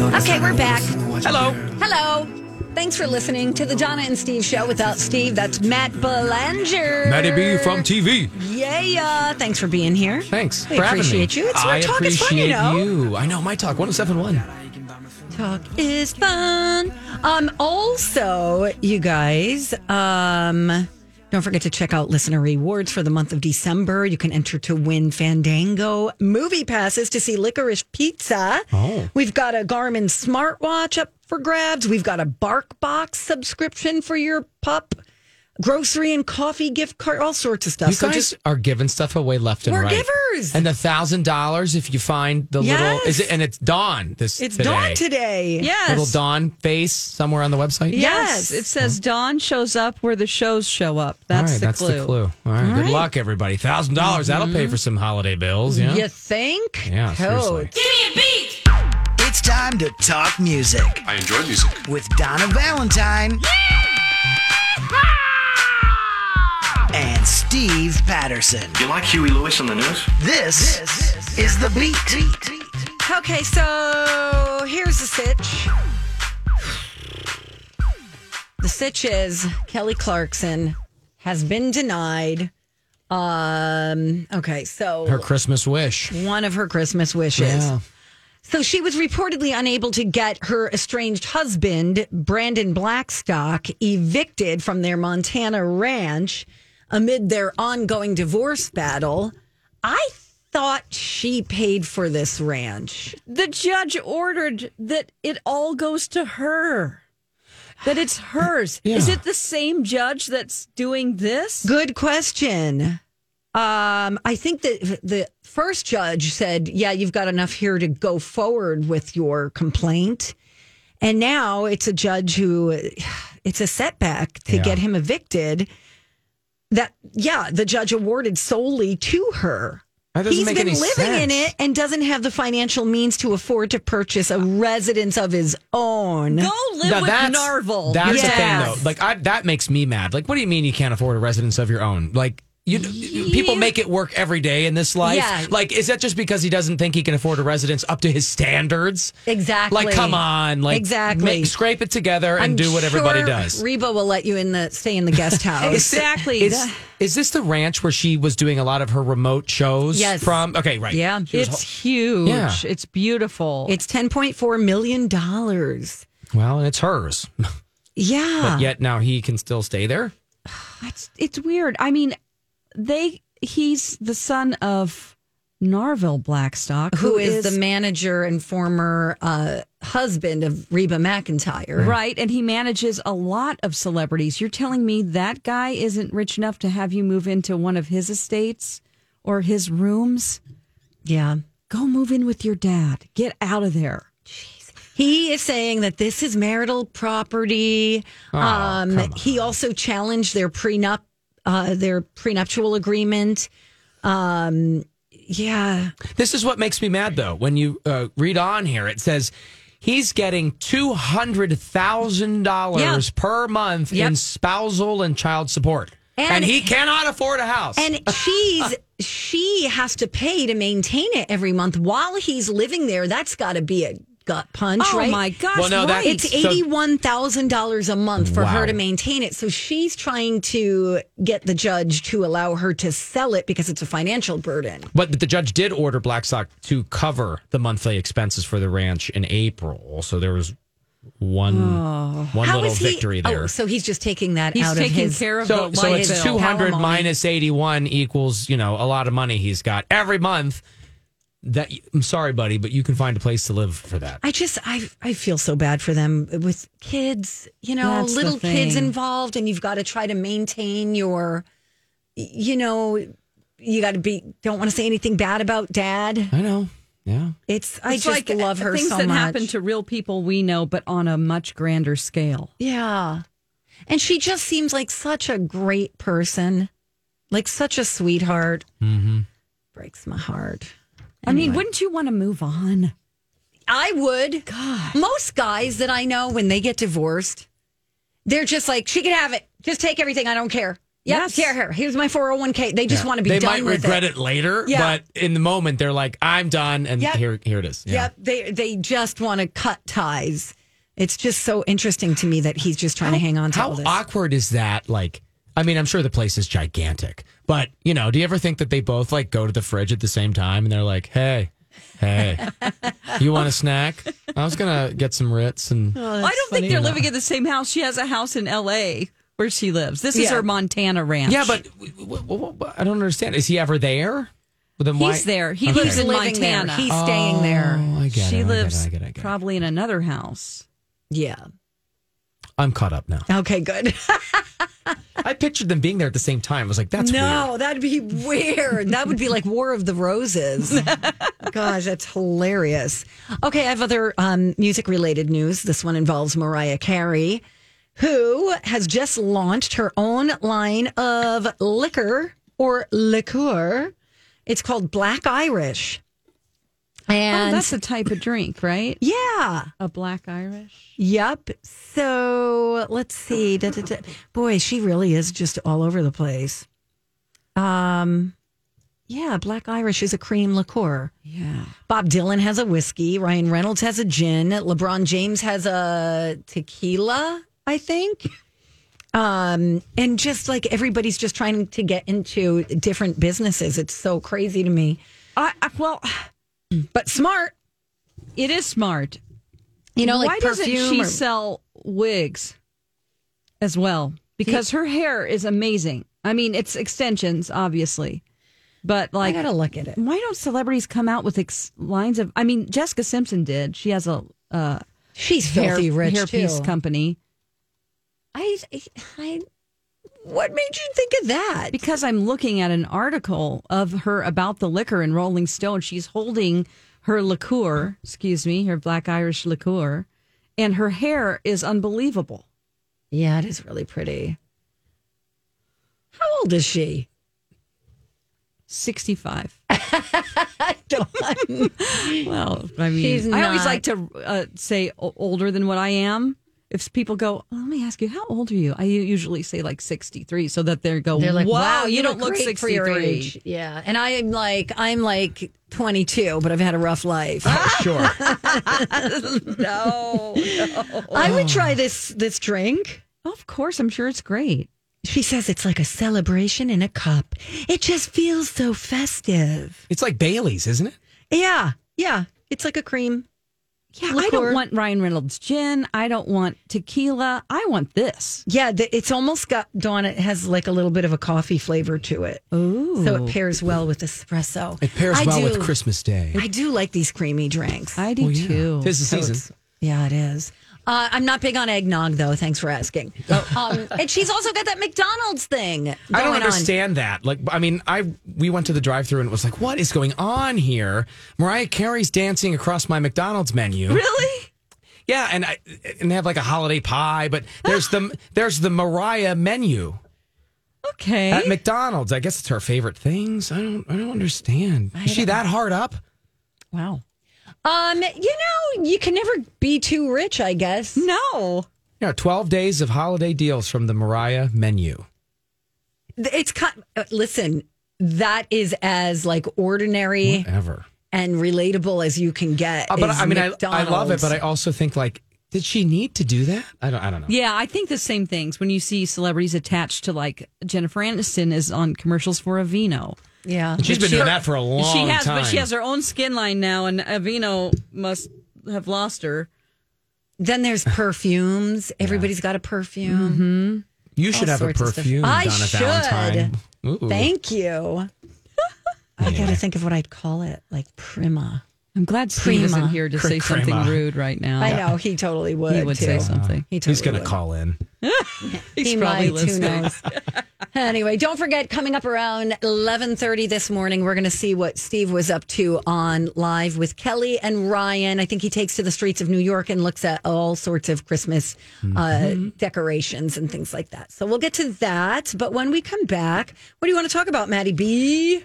Okay, we're back. Hello. Hello. Thanks for listening to the Donna and Steve show without Steve. That's Matt Belanger. Maddie B from TV. Yeah, yeah. Thanks for being here. Thanks We for having appreciate me. you. It's I my talk. It's appreciate fun, you know. you. I know my talk 1071. Talk is fun. Um, also, you guys, um, don't forget to check out listener rewards for the month of December. You can enter to win Fandango movie passes to see Licorice Pizza. Oh. We've got a Garmin smartwatch up for grabs. We've got a BarkBox subscription for your pup, grocery and coffee gift card, all sorts of stuff. You guys are giving stuff away left and We're right. givers. And the thousand dollars if you find the Yes. little is it and it's Dawn this it's today. dawn today. Yes. Little Dawn face somewhere on the website. Yes. Yes. It says Dawn shows up where the shows show up. That's, All right, the, that's clue. the clue. All right, good luck, everybody. Thousand dollars that'll Mm-hmm. pay for some holiday bills. Yeah, You think? yeah, seriously. Totes. It's time to talk music. I enjoy music. With Donna Valentine. And Steve Patterson. You like Huey Lewis on the news? This, is the beat. Okay, so here's the sitch. The sitch is Kelly Clarkson has been denied. Um, okay, so Her Christmas wish. one of her Christmas wishes. Yeah. So she was reportedly unable to get her estranged husband, Brandon Blackstock, evicted from their Montana ranch amid their ongoing divorce battle. I thought she paid for this ranch. The judge ordered that it all goes to her. That it's hers. Yeah. Is it the same judge that's doing this? Good question. Um, I think that the first judge said, "Yeah, you've got enough here to go forward with your complaint," and now it's a judge who it's a setback to Yeah. get him evicted. That yeah, the judge awarded solely to her. That doesn't He's make been any living in sense. it and doesn't have the financial means to afford to purchase a residence of his own. Go live Now, with that's, Narvel. That's Yes. the thing, though. Like I, that makes me mad. Like, what do you mean you can't afford a residence of your own? Like. You, people make it work every day in this life. Yeah. Like, is that just because he doesn't think he can afford a residence up to his standards? Exactly. Like, come on. Like, Exactly. make- scrape it together and I'm do what everybody sure does. Reba will let you in the stay in the guest house. Exactly. is, is this the ranch where she was doing a lot of her remote shows Yes. from? Okay, right. Yeah. She was It's huge. Yeah. It's beautiful. It's ten point four million dollars. ho- well, and it's hers. Yeah. But yet now he can still stay there. it's it's weird. I mean, they he's the son of Narvel Blackstock, who is, the manager and former uh, husband of Reba McIntyre? Right, and he manages a lot of celebrities. You're telling me that guy isn't rich enough to have you move into one of his estates or his rooms? Yeah. Go move in with your dad. Get out of there. He is saying that this is marital property. um, he also challenged their prenup, uh, their prenuptial agreement. Um, yeah. This is what makes me mad, though. When you uh, read on here, it says he's getting two hundred thousand dollars per month in spousal and child support, and, And- he cannot afford a house. And she's she has to pay to maintain it every month while he's living there. That's got to be a gut punch, oh right? my gosh! Well, no, that- right. It's So- eighty-one thousand dollars a month for Wow. her to maintain it. So she's trying to get the judge to allow her to sell it because it's a financial burden. but, but the judge did order Blackstock to cover the monthly expenses for the ranch in April, so there was one one How little is he? victory Oh, there. so he's just taking that he's out taking of his. care of so, the so light it's bill. 200 Alimony. minus 81 equals, you know, a lot of money he's got every month. That I'm sorry, buddy, but you can find a place to live for that. I just I I feel so bad for them with kids, you know, That's the little kids thing. involved, and you've got to try to maintain your, you know, you got to be. Don't want to say anything bad about dad. I know. Yeah. It's, I just love her uh, things so that much. happen to real people we know, but on a much grander scale. Yeah. And she just seems like such a great person, like such a sweetheart. Mm-hmm. Breaks my heart. I mean, wouldn't you want to move on? I would. God. Most guys that I know, when they get divorced, they're just like, she can have it. Just take everything. I don't care. Yep, Yes. Here, here. Here's my 401k. They just want to be They done might with regret it, later, Yeah. but in the moment they're like, "I'm done," and Yep. here, here it is. Yeah. Yep. They, they just want to cut ties. It's just so interesting to me that he's just trying to hang on to How all this. awkward is that? Like, I mean, I'm sure the place is gigantic, but you know, do you ever think that they both like go to the fridge at the same time and they're like, "Hey, hey, you want a snack? I was gonna get some Ritz and." I don't think they're living in the same house. She has a house in L.A. where she lives. This is Yeah. her Montana ranch. Yeah, but w- w- w- w- I don't understand. Is he ever there? Well, then why- he's there. He Okay. lives in living there. Montana. He's staying there. Oh, I get it, I she get it, lives I get it, I get it. probably in another house. Yeah. I'm caught up now. Okay, good. I pictured them being there at the same time. I was like, that's no, weird. that'd be weird. That would be like War of the Roses. Gosh, that's hilarious. Okay, I have other um, music related news. This one involves Mariah Carey, who has just launched her own line of liquor or liqueur. It's called Black Irish. Oh, And that's a type of drink, right? yeah. A black Irish. Yep. So let's see. Da, da, da. Boy, she really is just all over the place. Um, yeah, Black Irish is a cream liqueur. Yeah. Bob Dylan has a whiskey. Ryan Reynolds has a gin. LeBron James has a tequila, I think. Um, and just like everybody's just trying to get into different businesses. It's so crazy to me, I, I, well, but smart. it is smart. You know, like Why doesn't perfume she or- sell wigs as well? Because her hair is amazing. I mean, it's extensions, obviously, but I like, gotta look at it. why don't celebrities come out with ex- lines of? I mean, Jessica Simpson did. She has a uh, She's hair, filthy rich hairpiece too. company. I, I, what made you think of that? Because I'm looking at an article of her about the liquor in Rolling Stone. She's holding her liqueur, excuse me, her black Irish liqueur, and her hair is unbelievable. Yeah, it is really pretty. How old is she? 65. well, I mean, She's I always not- like to uh, say o- older than what I am. If people go, "Oh, let me ask you, how old are you? I u- usually say like 63 so that they go, wow, you, don't look great 63. for your age. Yeah, and I'm like, I'm like 22, but I've had a rough life. Sure. No. I would try this this drink. of course, I'm sure it's great. She says it's like a celebration in a cup. It just feels so festive. it's like Bailey's, isn't it? Yeah, yeah. It's like a cream. Yeah, I liqueur. don't want Ryan Reynolds gin. I don't want tequila. I want this. Yeah, the, it's almost got Dawn. It has like a little bit of a coffee flavor to it, Ooh. so it pairs well with espresso. It pairs I well do- with Christmas Day. Oh, I do like these creamy drinks. I do too. Tis the season. Yeah, it is. Uh, I'm not big on eggnog, though. Thanks for asking. Um, and she's also got that McDonald's thing. Oh. I don't going on. understand that. Like, I mean, I we went to the drive-through and it was like, what is going on here? Mariah Carey's dancing across my McDonald's menu. Really? Yeah, and I and they have like a holiday pie, but there's the there's the Mariah menu Okay. Eh? at McDonald's. I guess it's her favorite things. I don't I don't understand. Is she that hard up? wow. Um, you know, you can never be too rich, I guess. No. Yeah, 12 days of holiday deals from the Mariah menu. It's kind. uh, Listen, that is as like ordinary Ever. and relatable as you can get. Uh, but is I mean, I, I McDonald's. love it, but I also think, like, did she need to do that? I don't, I don't know. Yeah, I think the same things when you see celebrities attached to like Jennifer Aniston is on commercials for Aveeno. yeah. She's been doing that for a long she has, time. but she has her own skin line now, and Aveeno must have lost her. Then there's perfumes. Everybody's got a perfume. you should all have a sorts of stuff. perfume, I Donna should. Valentine. Ooh. Thank you. I gotta think of what I'd call it, like Prima. I'm glad Steve Crema. isn't here to say Crema. something rude right now. I know he totally would. He would too. say something. He totally He's going to would. call in. He's He probably might, who listening. knows? Anyway, don't forget coming up around 11:30 this morning we're going to see what Steve was up to on live with Kelly and Ryan. I think he takes to the streets of New York and looks at all sorts of Christmas Mm-hmm. uh, decorations and things like that. So we'll get to that, but when we come back, what do you want to talk about, Maddie B?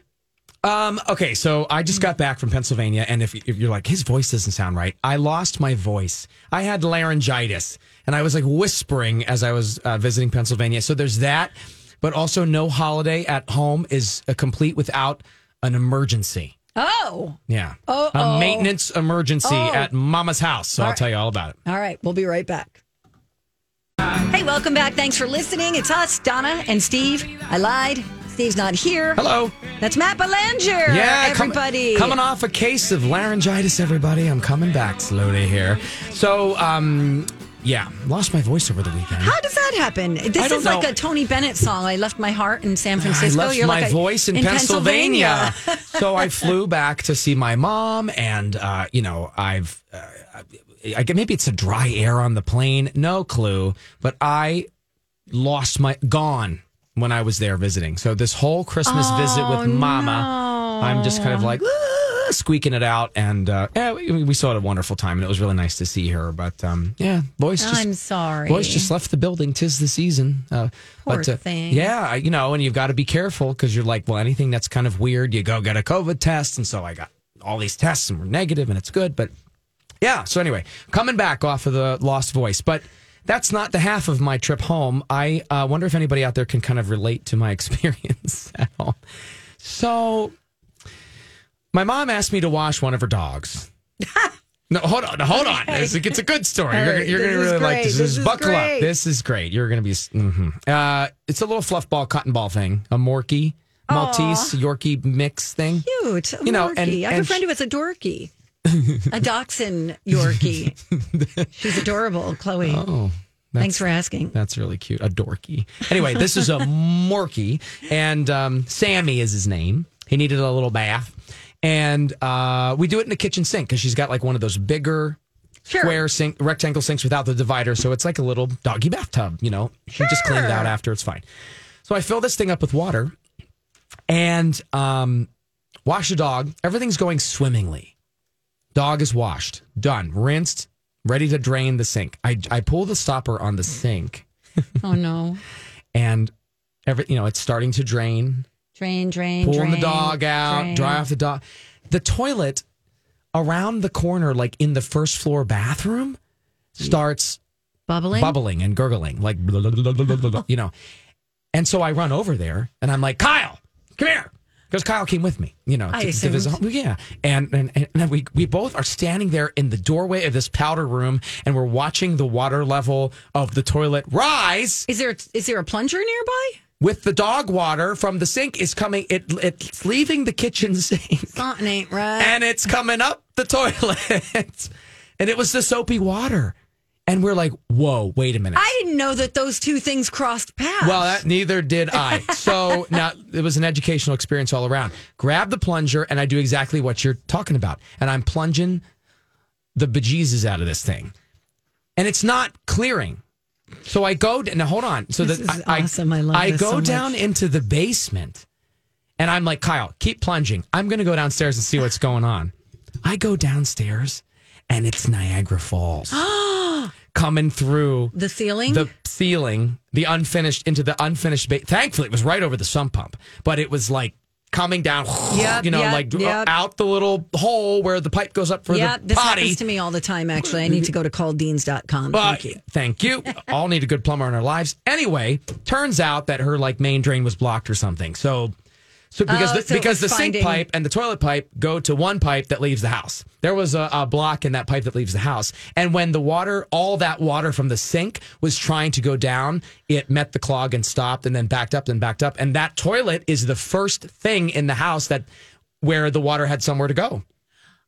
Um, okay, so I just got back from Pennsylvania, and if, if you're like, his voice doesn't sound right, I lost my voice. I had laryngitis, and I was like whispering as I was uh, visiting Pennsylvania. So there's that, but also no holiday at home is a complete without an emergency. Oh, Yeah. A maintenance emergency at mama's house. So I'll tell you all about it. all right, we'll be right back. Hey, welcome back. Thanks for listening. It's us, Donna and Steve. I lied. Steve's not here. Hello. That's Matt Belanger. Yeah, com- everybody. coming off a case of laryngitis, everybody. I'm coming back slowly here. So, um, yeah, lost my voice over the weekend. How does that happen? This I don't is like know. a Tony Bennett song. I left my heart in San Francisco. I left You're my like a- voice in, Pennsylvania. so I flew back to see my mom, and uh, you know, I've, uh, I, I, maybe it's a dry air on the plane, no clue, but I lost my gone when I was there visiting. So this whole Christmas visit Oh, with Mama, I'm just kind of like. "Ah," Squeaking it out, and uh, yeah, we, we still had a wonderful time, and it was really nice to see her. But um, yeah, voice just I'm sorry. Boys just left the building. Tis the season. Uh, Poor but, uh, thing. Yeah, you know, and you've got to be careful because you're like, well, anything that's kind of weird, you go get a COVID test, and so I got all these tests and we're negative, and it's good. But yeah, so anyway, coming back off of the lost voice, but. That's not the half of my trip home. I uh, wonder if anybody out there can kind of relate to my experience at all. So, my mom asked me to wash one of her dogs. no, hold on, hold on. It's, it's a good story. You're, right, you're this gonna really is like great. this. This Just is buckle great. up. This is great. You're gonna be. s- mhm. Uh, it's a little fluff ball, cotton ball thing, a Morkie, Maltese, Yorkie mix thing. Cute. You know, Yorkie. and- I have a and friend who has a dorky. a dachshund Yorkie. She's adorable, Chloe. Oh, Thanks for asking. That's really cute. A dorky. Anyway, this is a morky, and um, Sammy is his name. He needed a little bath, and uh, we do it in the kitchen sink because she's got like one of those bigger Sure. square sink, rectangle sinks without the divider, so it's like a little doggy bathtub. You know, she just cleaned it out after. It's fine. So I fill this thing up with water, and um, wash the dog. Everything's going swimmingly. Dog is washed, done, rinsed, ready to drain the sink. I, I pull the stopper on the sink Oh no. and every you know it's starting to drain Drain, drain, pulling the drain, dog out drain. dry off the dog the toilet around the corner like in the first floor bathroom starts Bubbling. bubbling and gurgling like blah, blah, blah, blah, blah, blah, you know and so i run over there and i'm like kyle come here because kyle came with me you know I to- to visit home. yeah and and, and then we, we both are standing there in the doorway of this powder room and we're watching the water level of the toilet rise Is there is there a plunger nearby? with the dog water from the sink is coming it it's leaving the kitchen sink Something ain't right. and it's coming up the toilet and it was the soapy water and we're like whoa wait a minute I didn't know that those two things crossed paths. well that, neither did i so now it was an educational experience all around grab the plunger and i do exactly what you're talking about and i'm plunging the bejesus out of this thing and it's not clearing so i go d- now hold on so This that is I, awesome. I love I this go so much. down into the basement and I'm like, Kyle, keep plunging. I'm going to go downstairs and see what's going on. I go downstairs and it's Niagara Falls coming through the ceiling. the ceiling, the unfinished, into the unfinished. Ba- Thankfully, it was right over the sump pump, but it was like coming down, Yep, you know, yep, like yep. out the little hole where the pipe goes up for yeah, the this potty. happens to me all the time. Actually, I need to go to calldeans.com. But Thank you. thank you. All need a good plumber in our lives. Anyway, turns out that her like main drain was blocked or something. So, so because Oh, the, so it because the was sink finding- pipe and the toilet pipe go to one pipe that leaves the house. There was a, a block in that pipe that leaves the house, and when the water, all that water from the sink was trying to go down, it met the clog and stopped, and then backed up, and backed up, and that toilet is the first thing in the house that where the water had somewhere to go.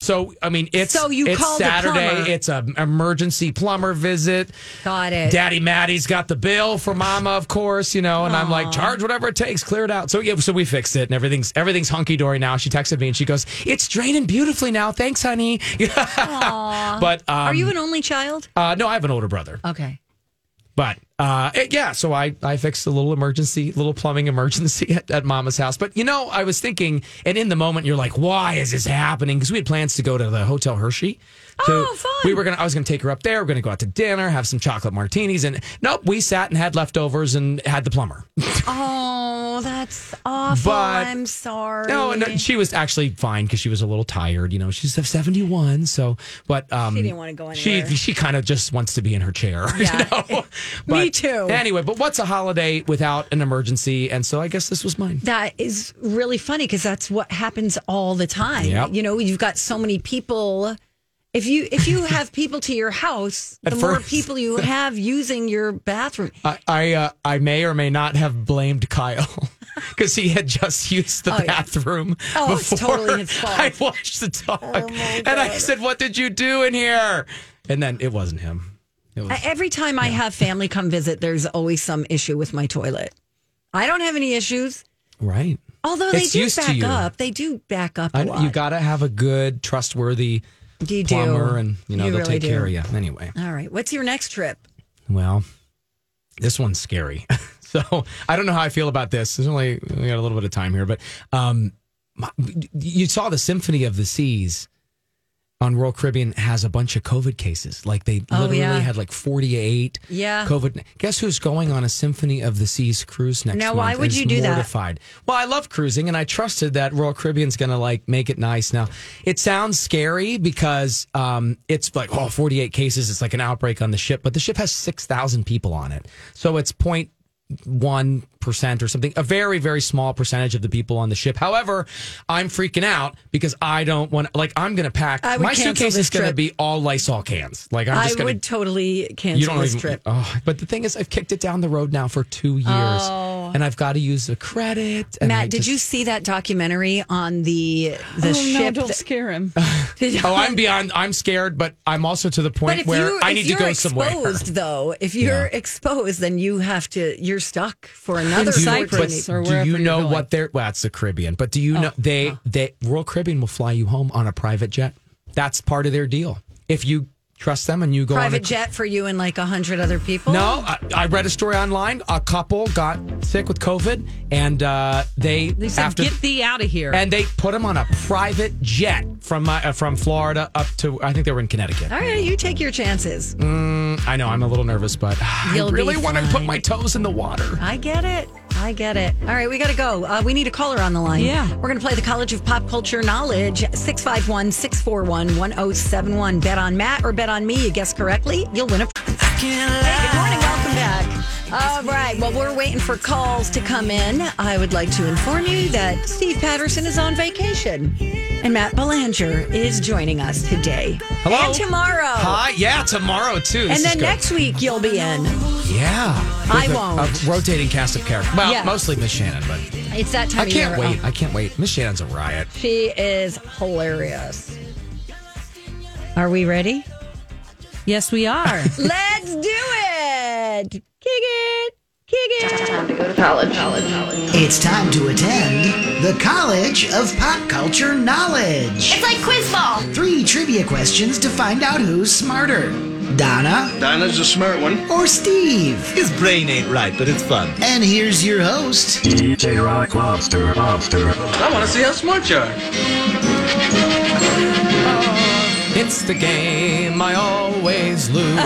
So I mean, it's So you it's called a plumber. Saturday. It's an emergency plumber visit. Got it. Daddy Maddie's got the bill for Mama, of course, you know, and I'm like, charge whatever it takes, clear it out. So yeah, so we fixed it, and everything's everything's hunky dory now. She texted me and she goes, "It's draining beautifully now, thanks, honey." but um, Are you an only child? uh, no, I have an older brother, Okay. but uh, it- yeah, so I I fixed a little emergency, little plumbing emergency at, at Mama's house. But you know, I was thinking, and in the moment, you're like, why is this happening? Because we had plans to go to the Hotel Hershey. Oh, to- fun. We were gonna. I was gonna take her up there. We're gonna go out to dinner, have some chocolate martinis, and nope, we sat and had leftovers and had the plumber. Oh, that's awful. But- I'm sorry. No, and she was actually fine because she was a little tired. You know, she's seventy one, so but um, she didn't wanna go She anywhere. she kind of just wants to be in her chair. Yeah. You know? Me But too. Anyway, but what's a holiday without an emergency? And so I guess this was mine. That is really funny because that's what happens all the time. Yep. You know, you've got so many people. If you if you have people to your house, the At more first. people you have using your bathroom. I I, uh, I may or may not have blamed Kyle because he had just used the Oh, yeah. bathroom Oh, it's before totally his fault. Oh, I washed the dog, my and I said, "What did you do in here?" And then it wasn't him. It was. I- Every time I have family come visit, there's always some issue with my toilet. I don't have any issues, Right. although they It's do used to back you. up. They do back up a I, lot. you got to have a good, trustworthy You do. plumber, and you know You they'll really take care of do. you. Anyway, All right. What's your next trip? well, this one's scary. so I don't know how I feel about this. There's only we got a little bit of time here, but um, my- you saw the Symphony of the Seas on Royal Caribbean has a bunch of COVID cases. Like they Oh, literally yeah. had like 48 Yeah. COVID. Guess who's going on a Symphony of the Seas cruise next Now, month? why would It's you do that? mortified. Well, I love cruising, and I trusted that Royal Caribbean's going to like make it nice. Now, it sounds scary because um, it's like oh, 48 cases. It's like an outbreak on the ship, but the ship has 6,000 people on it, so it's point one percent or something, a very very small percentage of the people on the ship. However, I'm freaking out because I don't want like I'm going to pack I would my cancel suitcase this is going to trip. be all Lysol cans. Like I'm I just going would to totally cancel this trip. Oh, but the thing is, I've kicked it down the road now for two years, and I've got to use the credit. And I Oh. Matt, did just- you see that documentary on the Oh, the ship? that- scare him. Oh, I'm beyond. I'm scared, but I'm also to the but point if where you I if need to you're go somewhere. exposed though, if you're exposed, then you have to you're stuck for another Do you- but opportunity. or do wherever you you're know going. what they're? Well, it's the Caribbean, but do you Oh. know they they Royal Caribbean will fly you home on a private jet? That's part of their deal. If you trust them and you go on a Private jet for you and like a hundred other people. No, I, I read a story online. A couple got sick with COVID, and uh, they They said, after "Get thee out of here." and they put them on a private jet from my, uh, from Florida up to I think they were in Connecticut. All right, you take your chances. I know I'm a little nervous, but You'll I be really want to put fine. my toes in the water. I get it. I get it. All right, we got to go. Uh, we need a caller on the line. Yeah. We're going to play the College of Pop Culture Knowledge 651 641 1071. Bet on Matt or bet on me. You guess correctly, you'll win a. Hey, good morning. Welcome back. All right. Well, we're waiting for calls to come in. I would like to inform you that Steve Patterson is on vacation and Matt Belanger is joining us today. Hello? And tomorrow. Hi, yeah, tomorrow too. And This is then good. next week, you'll be in. yeah, I With a- won't. A rotating cast of characters. Well, Yeah. mostly Miss Shannon, but It's that time I of can't year. wait. I can't wait. Miss Shannon's a riot. She is hilarious. Are we ready? yes, we are. Let's do it. Kick it. Kick Uh, it. It's time to attend the College of Pop Culture Knowledge. It's like quiz ball. Three trivia questions to find out who's smarter Donna Dinah's a smart one. or Steve. His brain ain't right, but it's fun. And here's your host, I want to see how smart you are. It's the game I always lose.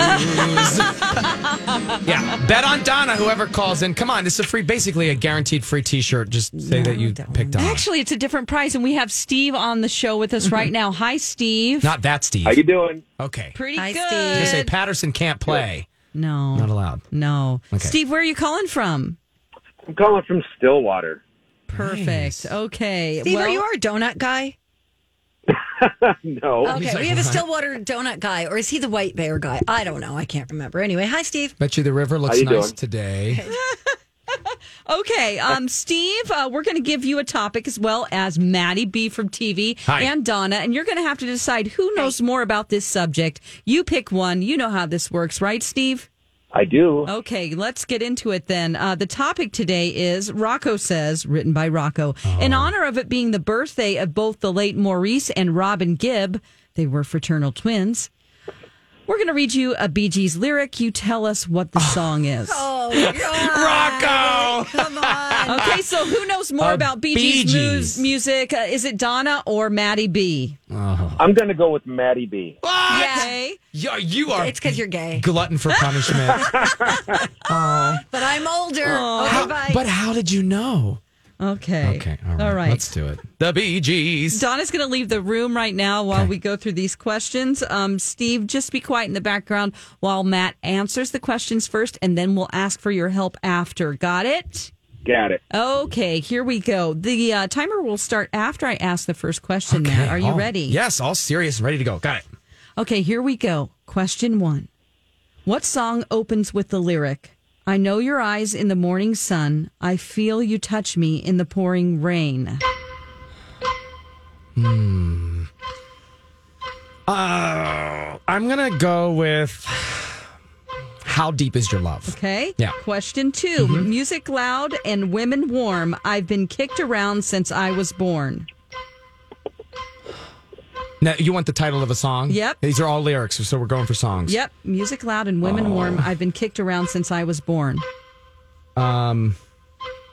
yeah, bet on Donna. Whoever calls in, come on. This is a free, basically a guaranteed free T-shirt. Just say that you picked Donna. Actually, it's a different prize, and we have Steve on the show with us right now. Hi, Steve. Mm-hmm. not that Steve. How you doing? okay. Pretty Hi, good. They Steve. say Patterson can't play. No, Not allowed. no. Okay. Steve, where are you calling from? I'm calling from Stillwater. Perfect. Oh. Okay. Steve, well, are you our donut guy? no. Okay, He's like, we have a "What?" Stillwater donut guy, or is he the white bear guy? I don't know. I can't remember. Anyway, hi, Steve. Bet you the river looks you nice doing? today. Okay, um, Steve, uh, we're going to give you a topic as well as Maddie B from TV Hi. and Donna, and you're going to have to decide who knows more about this subject. You pick one. You know how this works, right, Steve? I do. Okay, let's get into it then. Uh, the topic today is Rocco Says, written by Rocco. In honor of it being the birthday of both the late Maurice and Robin Gibb, they were fraternal twins. We're going to read you a Bee Gees lyric. You tell us what the song is. Oh, God. Rocco! Come on. Okay, so who knows more Uh, about Bee Bee Gees, mu- Gees. music? Uh, is it Donna or Maddie B? I'm going to go with Maddie B. Okay. Yeah, you are It's because you're gay. glutton for punishment. But I'm older. Okay, bye. but how did you know? Okay. Okay, all right, All right. Let's do it. The Bee Gees. Donna's going to leave the room right now while we go through these questions. Um, Steve, just be quiet in the background while Matt answers the questions first, and then we'll ask for your help after. Got it? Got it. Okay, here we go. The uh, timer will start after I ask the first question, Okay, oh, Matt. Are you all- ready? Yes, all serious and ready to go. Got it. Okay, here we go. Question one What song opens with the lyric, I know your eyes in the morning sun, I feel you touch me in the pouring rain? Uh, I'm going to go with How Deep Is Your Love? Okay. Yeah. Mm-hmm. Question 2 Music loud and women warm. I've been kicked around since I was born. Now, you want the title of a song? Yep. These are all lyrics, so we're going for songs. Yep. Music loud and Oh. women warm. I've been kicked around since I was born. Um,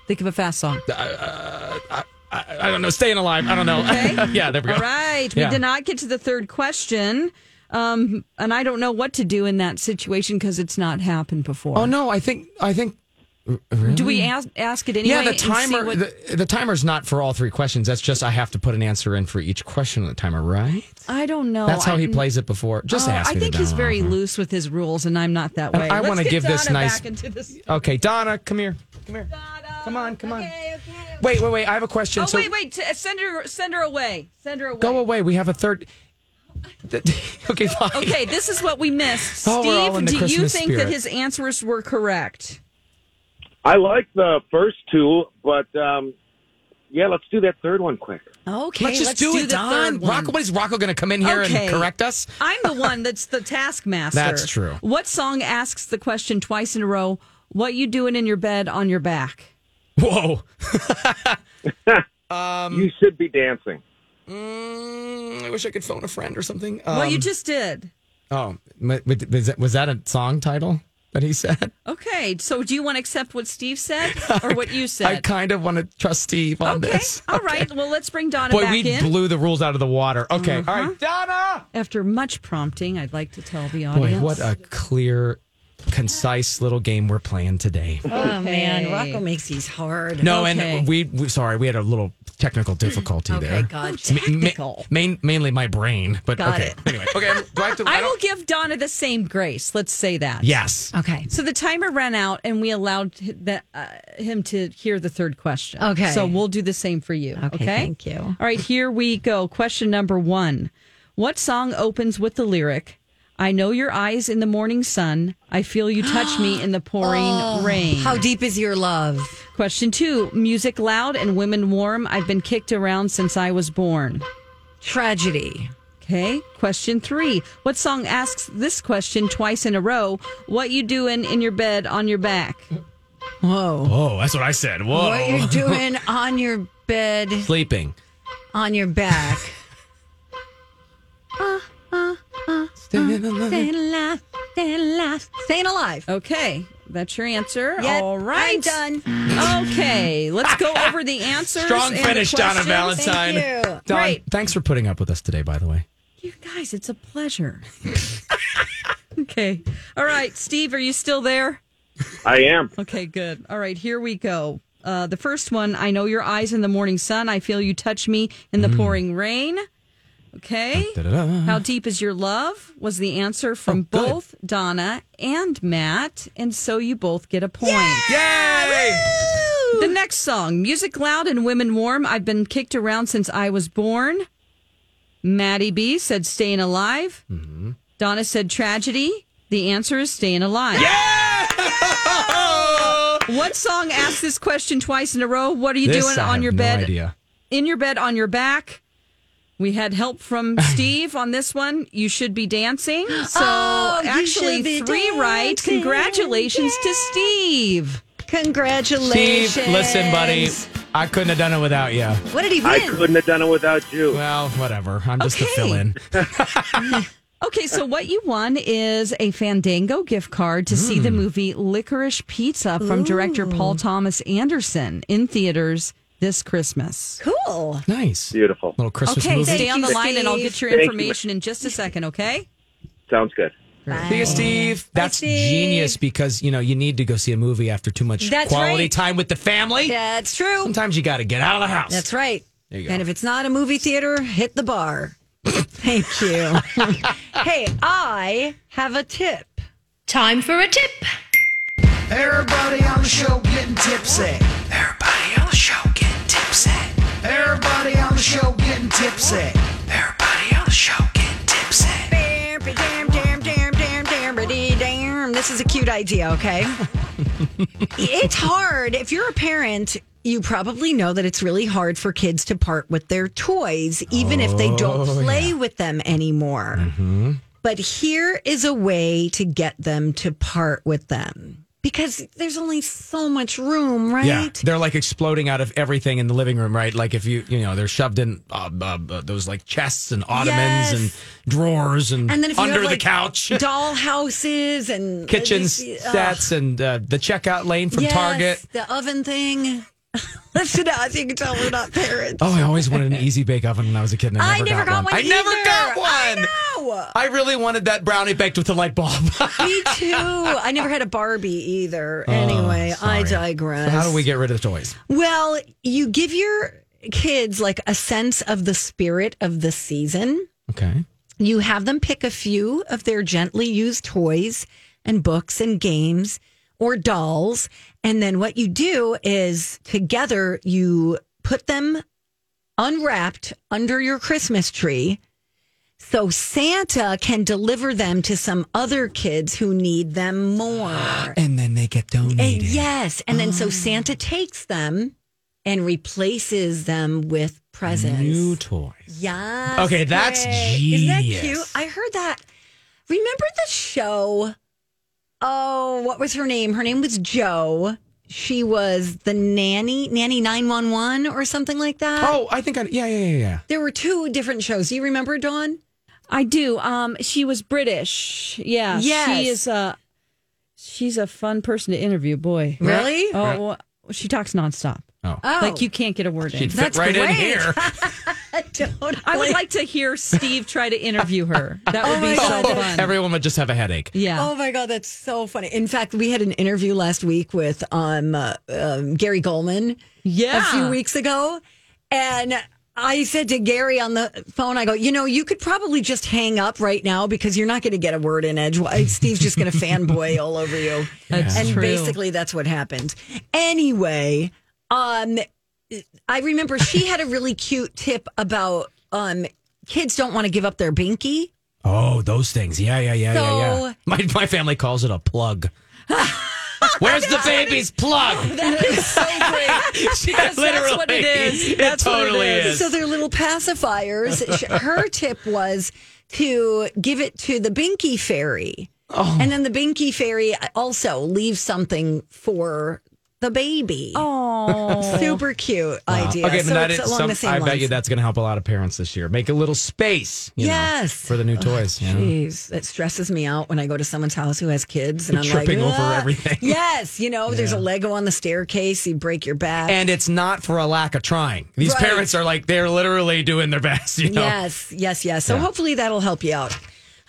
Think of a fast song. I, I don't know. Staying alive. I don't know. Okay. yeah, there we go. All right. We Yeah. did not get to the third question. Um, and I don't know what to do in that situation because it's not happened before. Oh no, I think I think Do we ask, ask it anyway? Hmm. yeah. The and see timer what- the, the timer's not for all three questions. That's just I have to put an answer in for each question on the timer, right? I don't know. That's how Oh, I- he plays it before. Just Oh, ask. I me think to he's download. very loose with his rules, and I'm not that And way. I Let's wanna get give this Donna nice- back into this. Okay, Donna, come here. Come here. Come on, come on. Wait, wait, wait. I have a question. Oh so wait, wait! T- Send her, send her away. Send her away. go away. We have a third. okay, fine. Okay, this is what we missed. Oh, we're all Steve, in the do you Christmas think that spirit. his answers were correct? I like the first two, but um, yeah, let's do that third one quick. Okay, Let's just do it, the Don. third one. Rocco, what is Rocco going to come in here Okay. and correct us? I'm the one that's the taskmaster. That's true. What song asks the question twice in a row? What you doing in your bed on your back? Whoa. Um, you should be dancing. Mm, I wish I could phone a friend or something. well, Um, you just did. Oh, m- w- was that- was that a song title that he said? Okay, so do you want to accept what Steve said or what you I said? kind of want to trust Steve on okay, this. all right. Well, let's bring Donna Boy, back we in. Uh-huh. blew the rules out of the water. Okay, all right, Donna. After much prompting, I'd like to tell the Boy, audience. what a clear, concise little game we're playing today. Oh, man. Rocco makes these hard. No, Okay. and we, we sorry, we had a little technical difficulty there. God, Ma- ma- technical. main, mainly my brain, but Got okay. it. Anyway, okay. Do I have to? I don't- will give Donna the same grace. Let's say that. Yes. Okay. So the timer ran out, and we allowed hi- the, uh, him to hear the third question. Okay. So we'll do the same for you. Okay, thank you. All right, here we go. Question number one What song opens with the lyric, I know your eyes in the morning sun, I feel you touch me in the pouring rain? Oh. How deep is your love? Question two Music loud and women warm, I've been kicked around since I was born. Tragedy. Okay. Question three What song asks this question twice in a row? What you doing in your bed on your back? Whoa. Oh, that's what I said. Whoa. What you're doing on your bed, Sleeping. on your back. Uh, Staying alive, staying alive, staying Uh, alive. Okay, that's your answer. Yep, All right. I'm done. Okay, let's go over the answers. Strong and the finish, Donna questions. Valentine. Thank you. Don, Great. thanks for putting up with us today, by the way. You guys, it's a pleasure. okay. All right, Steve, are you still there? I am. Okay, good. All right, here we go. Uh, the first one I know your eyes in the morning sun. I feel you touch me in Mm. the pouring rain. Okay. Da-da-da. How deep is your love? Was the answer from Oh, good. both Donna and Matt. And so you both get a point. Yay! The next song, Music Loud and Women Warm. I've been kicked around since I was born. Maddie B said staying alive. Mm-hmm. Donna said tragedy. The answer is staying alive. What song asked this question twice in a row? What are you This doing I on have your no bed? idea. In your bed, on your back. We had help from Steve on this one. You should be dancing. So Oh, you actually, should be three right. dancing. Congratulations to Steve. Congratulations. Steve, listen, buddy. I couldn't have done it without you. What did he I win? couldn't have done it without you. Well, whatever. I'm just a Okay. fill in. Okay, so what you won is a Fandango gift card to see Hmm. the movie Licorice Pizza from director Paul Thomas Anderson in theaters this Christmas. Cool. Nice. Beautiful. Little Christmas Okay, movie. stay on the you, line and I'll get your Thank you. information in just a second, okay? Sounds good. See you, Steve. That's genius because you know you need to go see a movie after too much That's quality right. time with the family. That's true. Sometimes you got to get out of the house. That's right. There you go. And if it's not a movie theater, hit the bar. Thank you. hey, I have a tip. Time for a tip. Everybody on the show getting tipsy. Everybody on the show getting tipsy. Everybody on the show getting tipsy. Everybody on the show getting tipsy. Damn, damn, damn, damn, damn, damn, ba-dee, damn. This is a cute idea, okay? it's hard. If you're a parent, you probably know that it's really hard for kids to part with their toys, even if they don't Oh, play with them anymore. Mm-hmm. But here is a way to get them to part with them because there's only so much room, right? Yeah, they're like exploding out of everything in the living room, right? Like if you, you know, they're shoved in uh, uh, uh, those like chests and ottomans Yes. and drawers and, And then if you under have, the like, couch, dollhouses and kitchen Ugh. sets, and uh, the checkout lane from Yes, Target. the oven thing. Listen to us, you can tell we're not parents. Oh, I always wanted an easy bake oven when I was a kid. And I, I never got one I never either. got one. I know. I really wanted that brownie baked with a light bulb. Me too. I never had a Barbie either. Anyway, I digress. Oh, How do we get rid of the toys? Well, you give your kids like a sense of the spirit of the season. Okay. You have them pick a few of their gently used toys and books and games or dolls. And then what you do is together you put them unwrapped under your Christmas tree so Santa can deliver them to some other kids who need them more. And then they get And donated. yes. And then so Santa takes them and replaces them with presents. New toys. Yes. Okay, that's Greg. Isn't that cute? genius. I heard that. Remember the show? Oh, what was her name? Her name was Joe. She was the nanny, nanny 911 or something like that. Oh, I think I. Yeah, yeah, yeah, yeah. There were two different shows. Do you remember, Dawn? I do. Um, she was British. Yeah. Yes. She is a, she's a fun person to interview, boy. Really? Oh, well, she talks nonstop. Oh, Like you can't get a word in. She'd fit That's right in great. here. totally. I would like to hear Steve try to interview her. That would be so fun. Oh, Everyone would just have a headache. yeah. Oh my god, that's so funny! In fact, we had an interview last week with um, uh, um Gary Goldman. yeah. a few weeks ago. And I said to Gary on the phone, I go, you know, you could probably just hang up right now because you're not going to get a word in edgewise. Steve's just going to fanboy all over you. That's and true. basically that's what happened. Anyway, um, I remember she had a really cute tip about um, kids don't want to give up their binky. Oh, those things. Yeah, yeah, yeah, yeah, yeah. So- My, my family calls it a plug. Where's the baby's plug? That is so great. Because that's what it is. It That's what it totally is. is. So they're little pacifiers. Sh- Her tip was to give it to the Binky Fairy. Oh. And then the Binky Fairy also leaves something for the baby. Oh. Super cute idea. Okay, so but that it's is along some, the same I bet lines. you that's going to help a lot of parents this year. Make a little space, you know, Yes. for the new toys. you know. Jeez, it stresses me out when I go to someone's house who has kids and I'm Tripping like, over "Ah." everything. Yes, you know, there's a Lego on the staircase, you break your back. And it's not for a lack of trying. These Right. parents are like they're literally doing their best. You know, Yes, yes, yes. So hopefully that'll help you out.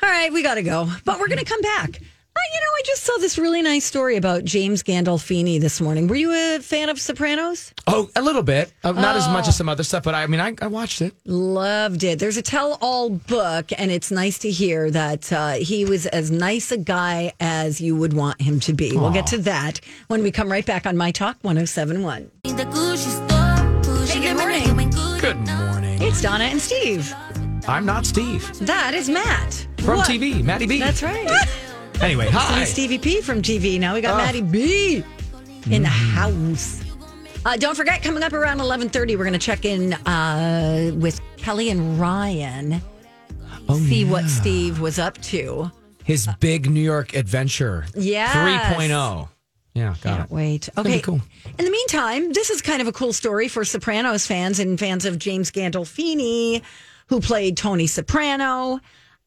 All right, we got to go, but we're going to come back. Uh, you know, I just saw this really nice story about James Gandolfini this morning. Were you a fan of Sopranos? oh, a little bit, uh, not as much as some other stuff, but I, I mean, I, I watched it. Loved it. There's a tell all book, and it's nice to hear that uh, he was as nice a guy as you would want him to be. We'll get to that when we come right back on My Talk 1071. The Gucci store. Hey, good morning. Good morning. It's Donna and Steve. I'm not Steve. That is Matt. From TV, Matty B. That's right. Anyway, hi. It's Stevie P from TV. Now we got Oh. Maddie B in the house. Uh, don't forget, coming up around 11.30, we're going to check in uh, with Kelly and Ryan. see what Steve was up to. His big New York adventure. Yes. 3.0. Yeah, got Can't it. wait. gonna be Okay. cool. In the meantime, this is kind of a cool story for Sopranos fans and fans of James Gandolfini, who played Tony Soprano.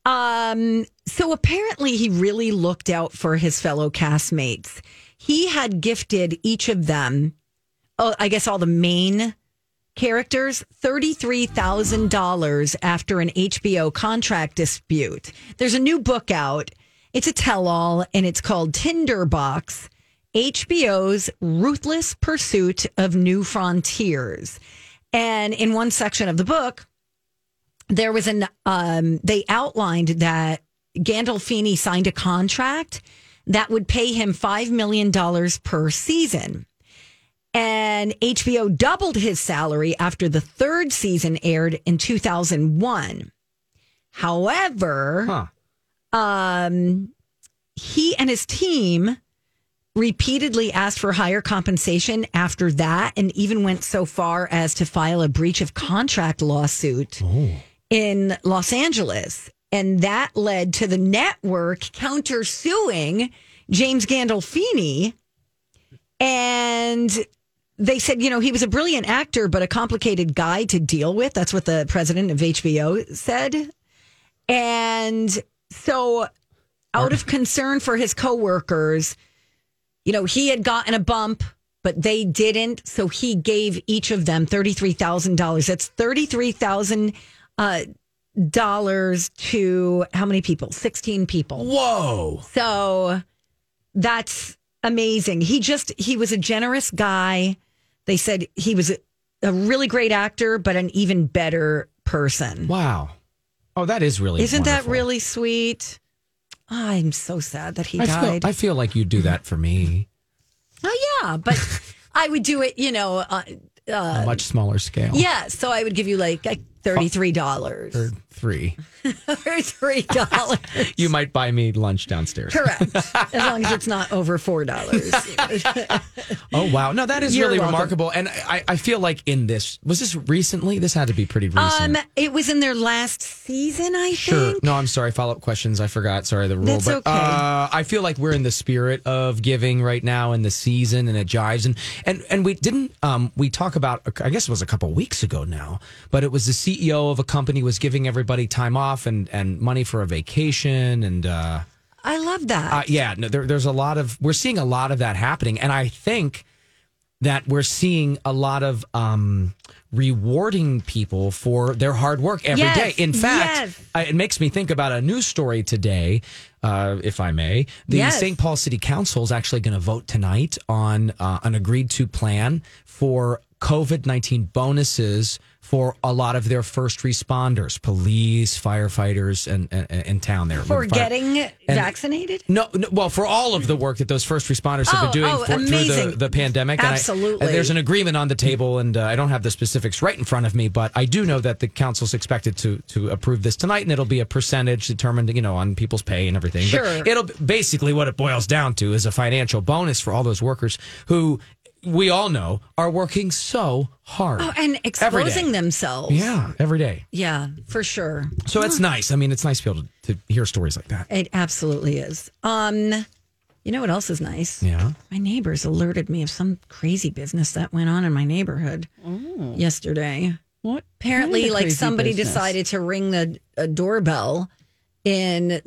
Um, so apparently, he really looked out for his fellow castmates. He had gifted each of them, oh, I guess, all the main characters $33,000 after an HBO contract dispute. There's a new book out. It's a tell all and it's called Tinderbox HBO's Ruthless Pursuit of New Frontiers. And in one section of the book, there was an um they outlined that Gandolfini signed a contract that would pay him 5 million dollars per season. And HBO doubled his salary after the third season aired in 2001. However, Huh. um, he and his team repeatedly asked for higher compensation after that and even went so far as to file a breach of contract lawsuit in Los Angeles. And that led to the network countersuing James Gandolfini. And they said, you know, he was a brilliant actor, but a complicated guy to deal with. That's what the president of HBO said. And so, out of concern for his coworkers, you know, he had gotten a bump, but they didn't. So he gave each of them $33,000. That's $33,000 uh, dollars to how many people? 16 people. Whoa. So that's amazing. He just, he was a generous guy. They said he was a, a really great actor, but an even better person. Wow. Oh, that is really Isn't that wonderful. really sweet? Ah, I'm so sad that he I died. feel, I feel like you do that for me oh yeah, but I would do it, you know. Uh, on a uh, much smaller scale. yeah, so I would give you like uh, thirty-three dollars Or three. or three dollars. You might buy me lunch downstairs. Correct, as long as it's not over four dollars. Oh, wow. No, that is You're really welcome. remarkable. And I, I feel like in this, was this recently? This had to be pretty recent. um, it was in their last season, I Sure. think. No, I'm sorry. Follow up questions. I forgot. Sorry, the rule. That's but okay. uh, I feel like we're in the spirit of giving right now in the season, and it jives. And and and we didn't. Um, we talk about. I guess it was a couple weeks ago now, but it was the CEO of a company was giving everybody time off and and money for a vacation and. Uh, I love that. uh, yeah, no, there, there's a lot of we're seeing a lot of that happening, and I think that we're seeing a lot of um, rewarding people for their hard work every day. Yes, In fact, yes. I- it makes me think about a news story today, uh, if I may. The Yes. St. Paul City Council is actually going to vote tonight on uh, an agreed to plan for COVID 19 bonuses for a lot of their first responders, police, firefighters, and, and, and in town there. For Fire- getting vaccinated. no, no, well, for all of the work that those first responders have Oh, been doing oh, for, through the, amazing. the pandemic. and I- Absolutely. and there's an agreement on the table, and uh, I don't have the specifics right in front of me, but I do know that the council's expected to to approve this tonight, and it'll be a percentage determined, you know, on people's pay and everything. But Sure. it'll basically what it boils down to is a financial bonus for all those workers who we all know are working so hard. Oh, and exposing day. themselves. Yeah, every day. Yeah, for sure. So it's nice. I mean, it's nice to be able to, to hear stories like that. It absolutely is. Um, you know what else is nice? Yeah. My neighbors alerted me of some crazy business that went on in my neighborhood yesterday. Oh. What? Apparently, kind of like crazy somebody business? decided to ring the a doorbell in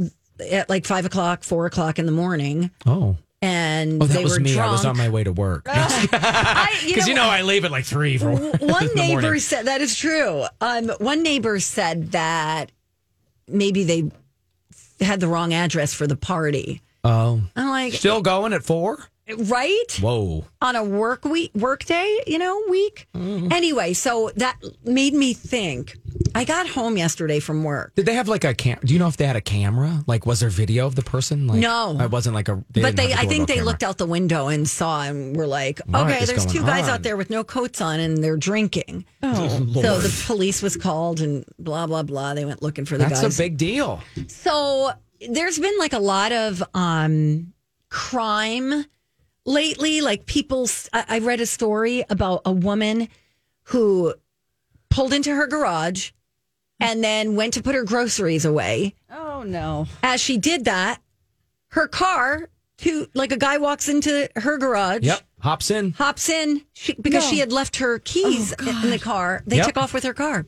at like five o'clock, four o'clock in the morning, Oh. and Oh, that they was were me. drunk. I was on my way to work. I- you Because know you know, I leave at like three for W- in one the morning. neighbor said that is true. Um, one neighbor said that maybe they had the wrong address for the party. Oh, I'm like, still going at four? right? Whoa. on a work week work day, you know, week. Mm. Anyway, so that made me think. I got home yesterday from work. Did they have like a cam? Do you know if they had a camera? Like, was there video of the person? Like, No. it wasn't like a. but didn't have they a I think doorbell they camera. looked out the window and saw and were like, What "Okay, is there's going two guys on? out there with no coats on and they're drinking." Oh, So Lord. the police was called and blah blah blah. They went looking for the That's guys. a big deal. So there's been like a lot of um, crime lately. Like people, I, I read a story about a woman who pulled into her garage and then went to put her groceries away. Oh no. As she did that, her car, to like a guy walks into her garage. Yep. Hops in. Hops in she, because No. she had left her keys in- in the car. They Yep. took off with her car,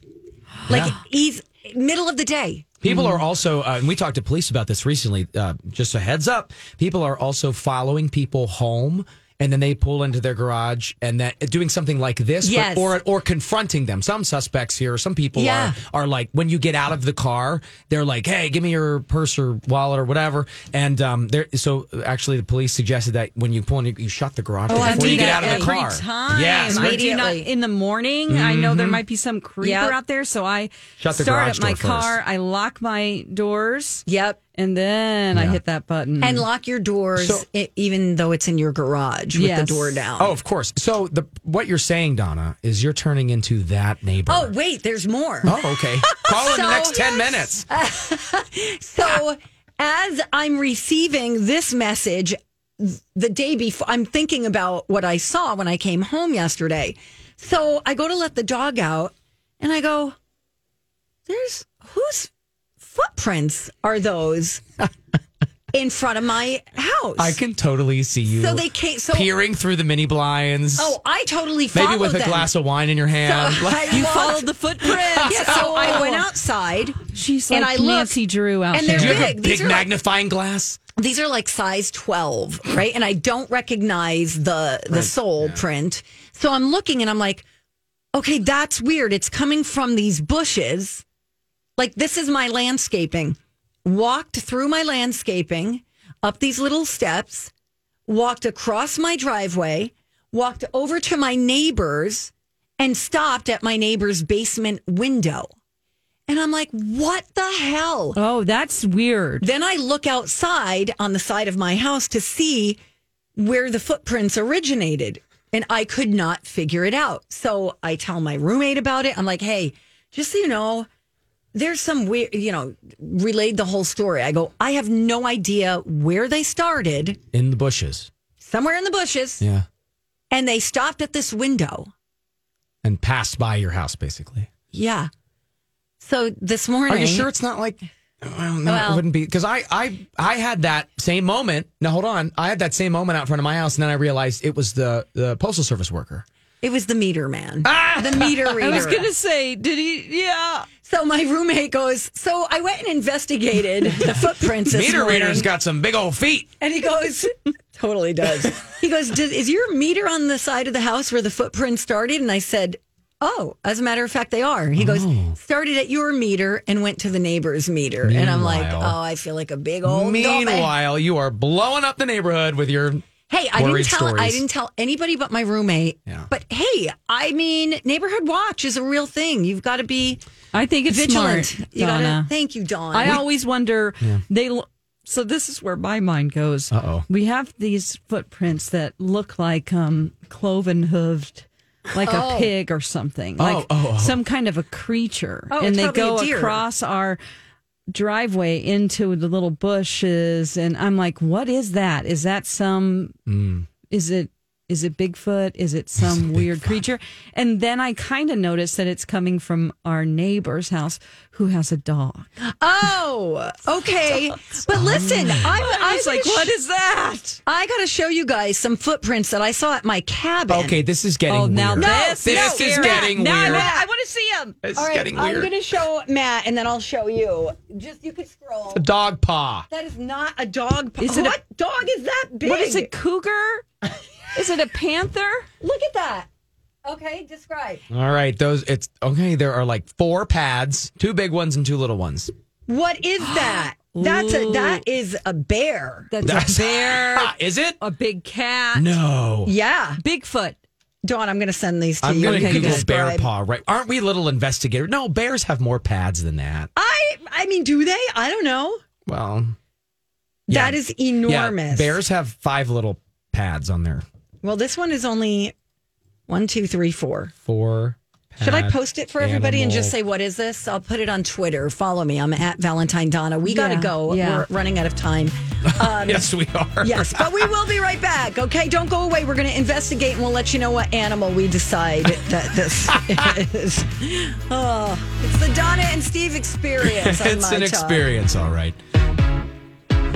like Yeah. ease, middle of the day. People Hmm. are also, uh, and we talked to police about this recently. Uh, just a heads up: people are also following people home, and then they pull into their garage and that doing something like this, but- Yes. or or confronting them. Some suspects here, some people Yeah. are are like, when you get out of the car, they're like, "Hey, give me your purse or wallet or whatever." And um, there, so actually, the police suggested that when you pull in, you, you shut the garage Oh, door I before do you get that out of the every car. time. Yes, Mm-hmm. I do not Immediately. in the morning. I know there might be some creeper Yep. out there, so I Shut the start garage up my door car. first. I lock my doors, Yep. and then I Yeah. hit that button. and lock your doors Mm. So- e- even though it's in your garage with the Yes. door down. Oh, of course. So the what you're saying, Donna, is you're turning into that neighbor. Oh, wait, there's more. Oh, okay. Call in So- the next 10 minutes. So as I'm receiving this message th- the day before, I'm thinking about what I saw when I came home yesterday. So I go to let the dog out and I go, there's whose footprints are those in front of my house? I can totally see you so they can't, so, peering through the mini blinds. oh, I totally followed maybe with a them. glass of wine in your hand. So Like- I you walked- followed the footprints. Yeah, so I went outside. She's like And I looked, Nancy Drew out and there. they're do you have Oh, a big. These big are like- magnifying glass? These are like size 12, right? And I don't recognize the the sole print. So I'm looking and I'm like, okay, that's weird. It's coming from these bushes. Like this is my landscaping. Walked through my landscaping, up these little steps, walked across my driveway, walked over to my neighbor's and stopped at my neighbor's basement window. And I'm like, what the hell? Oh, that's weird. Then I look outside on the side of my house to see where the footprints originated, and I could not figure it out. So I tell my roommate about it. I'm like, hey, just so you know, there's some weird, you know, relayed the whole story. I go, I have no idea where they started, In the bushes. somewhere in the bushes, Yeah. and they stopped at this window. And passed by your house, basically. Yeah. So this morning, Are you sure it's not like. Well, no, it Well- wouldn't be because I, I I had that same moment. Now hold on, I had that same moment out front of my house, and then I realized it was the, the postal service worker. it was the meter man, the meter reader. I was gonna say, did he? Yeah. So my roommate goes, So I went and investigated the footprints. This Meter morning." reader's got some big old feet. And he goes, Totally does. He goes, "Does- Is your meter on the side of the house where the footprints started? And I said, Oh, as a matter of fact, they are. He Oh. goes, Started at your meter and went to the neighbor's meter. and I'm like, Meanwhile- Oh, I feel like a big old dummy." Meanwhile, you are blowing up the neighborhood with your Hey, I didn't worried tell I stories. didn't tell anybody but my roommate. Yeah. But hey, I mean, neighborhood watch is a real thing. You've got to be I think it's vigilant. Smart, you Donna. gotta thank you, Dawn. I always wonder they l- so this is where my mind goes. Uh-oh. We have these footprints that look like um cloven hooved like Oh. a pig or something. Oh, like oh, oh. some kind of a creature. Oh, and it's they probably a go deer. across our driveway into the little bushes and I'm like, what is that? Is that some Mm. is it is it Bigfoot? Is it some weird creature? And then I kind of noticed that it's coming from our neighbor's house who has a dog. Oh, okay. But listen, I'm, I I was like, what is that? I got to show you guys some footprints that I saw at my cabin. Okay, this is getting Oh, now weird. this, This no, is Matt, getting no, weird. Matt, I want to see him. This All is right, getting I'm weird. going to show Matt, and then I'll show you. Just you can scroll. A dog paw. That is not a dog. paw. Is it a- what dog is that big? What is it? Cougar? is it a panther? Look at that. Okay, describe. All right, those it's okay, there are like four pads, two big ones and two little ones. What is that? That's a that is a bear. That's, a bear. is it? A big cat. No. Yeah. Bigfoot. Dawn, I'm going to send these to I'm you. going to You Google describe- bear paw, right? Aren't we little investigators? No, bears have more pads than that. I I mean, do they? I don't know. Well, That is yeah, enormous. bears have five little pads on their Well, this one is only one, two, three, four. four. Should I pad post it for everybody and just animal. say what is this? I'll put it on Twitter. Follow me. I'm at Valentine Donna. We got to Yeah, go. yeah. We're running out of time. yes, we are. Yes, but we will be right back. Okay, don't go away. We're going to investigate and we'll let you know what animal we decide that this is. Oh, it's the Donna and Steve experience. on it's My an Talk. experience, all right.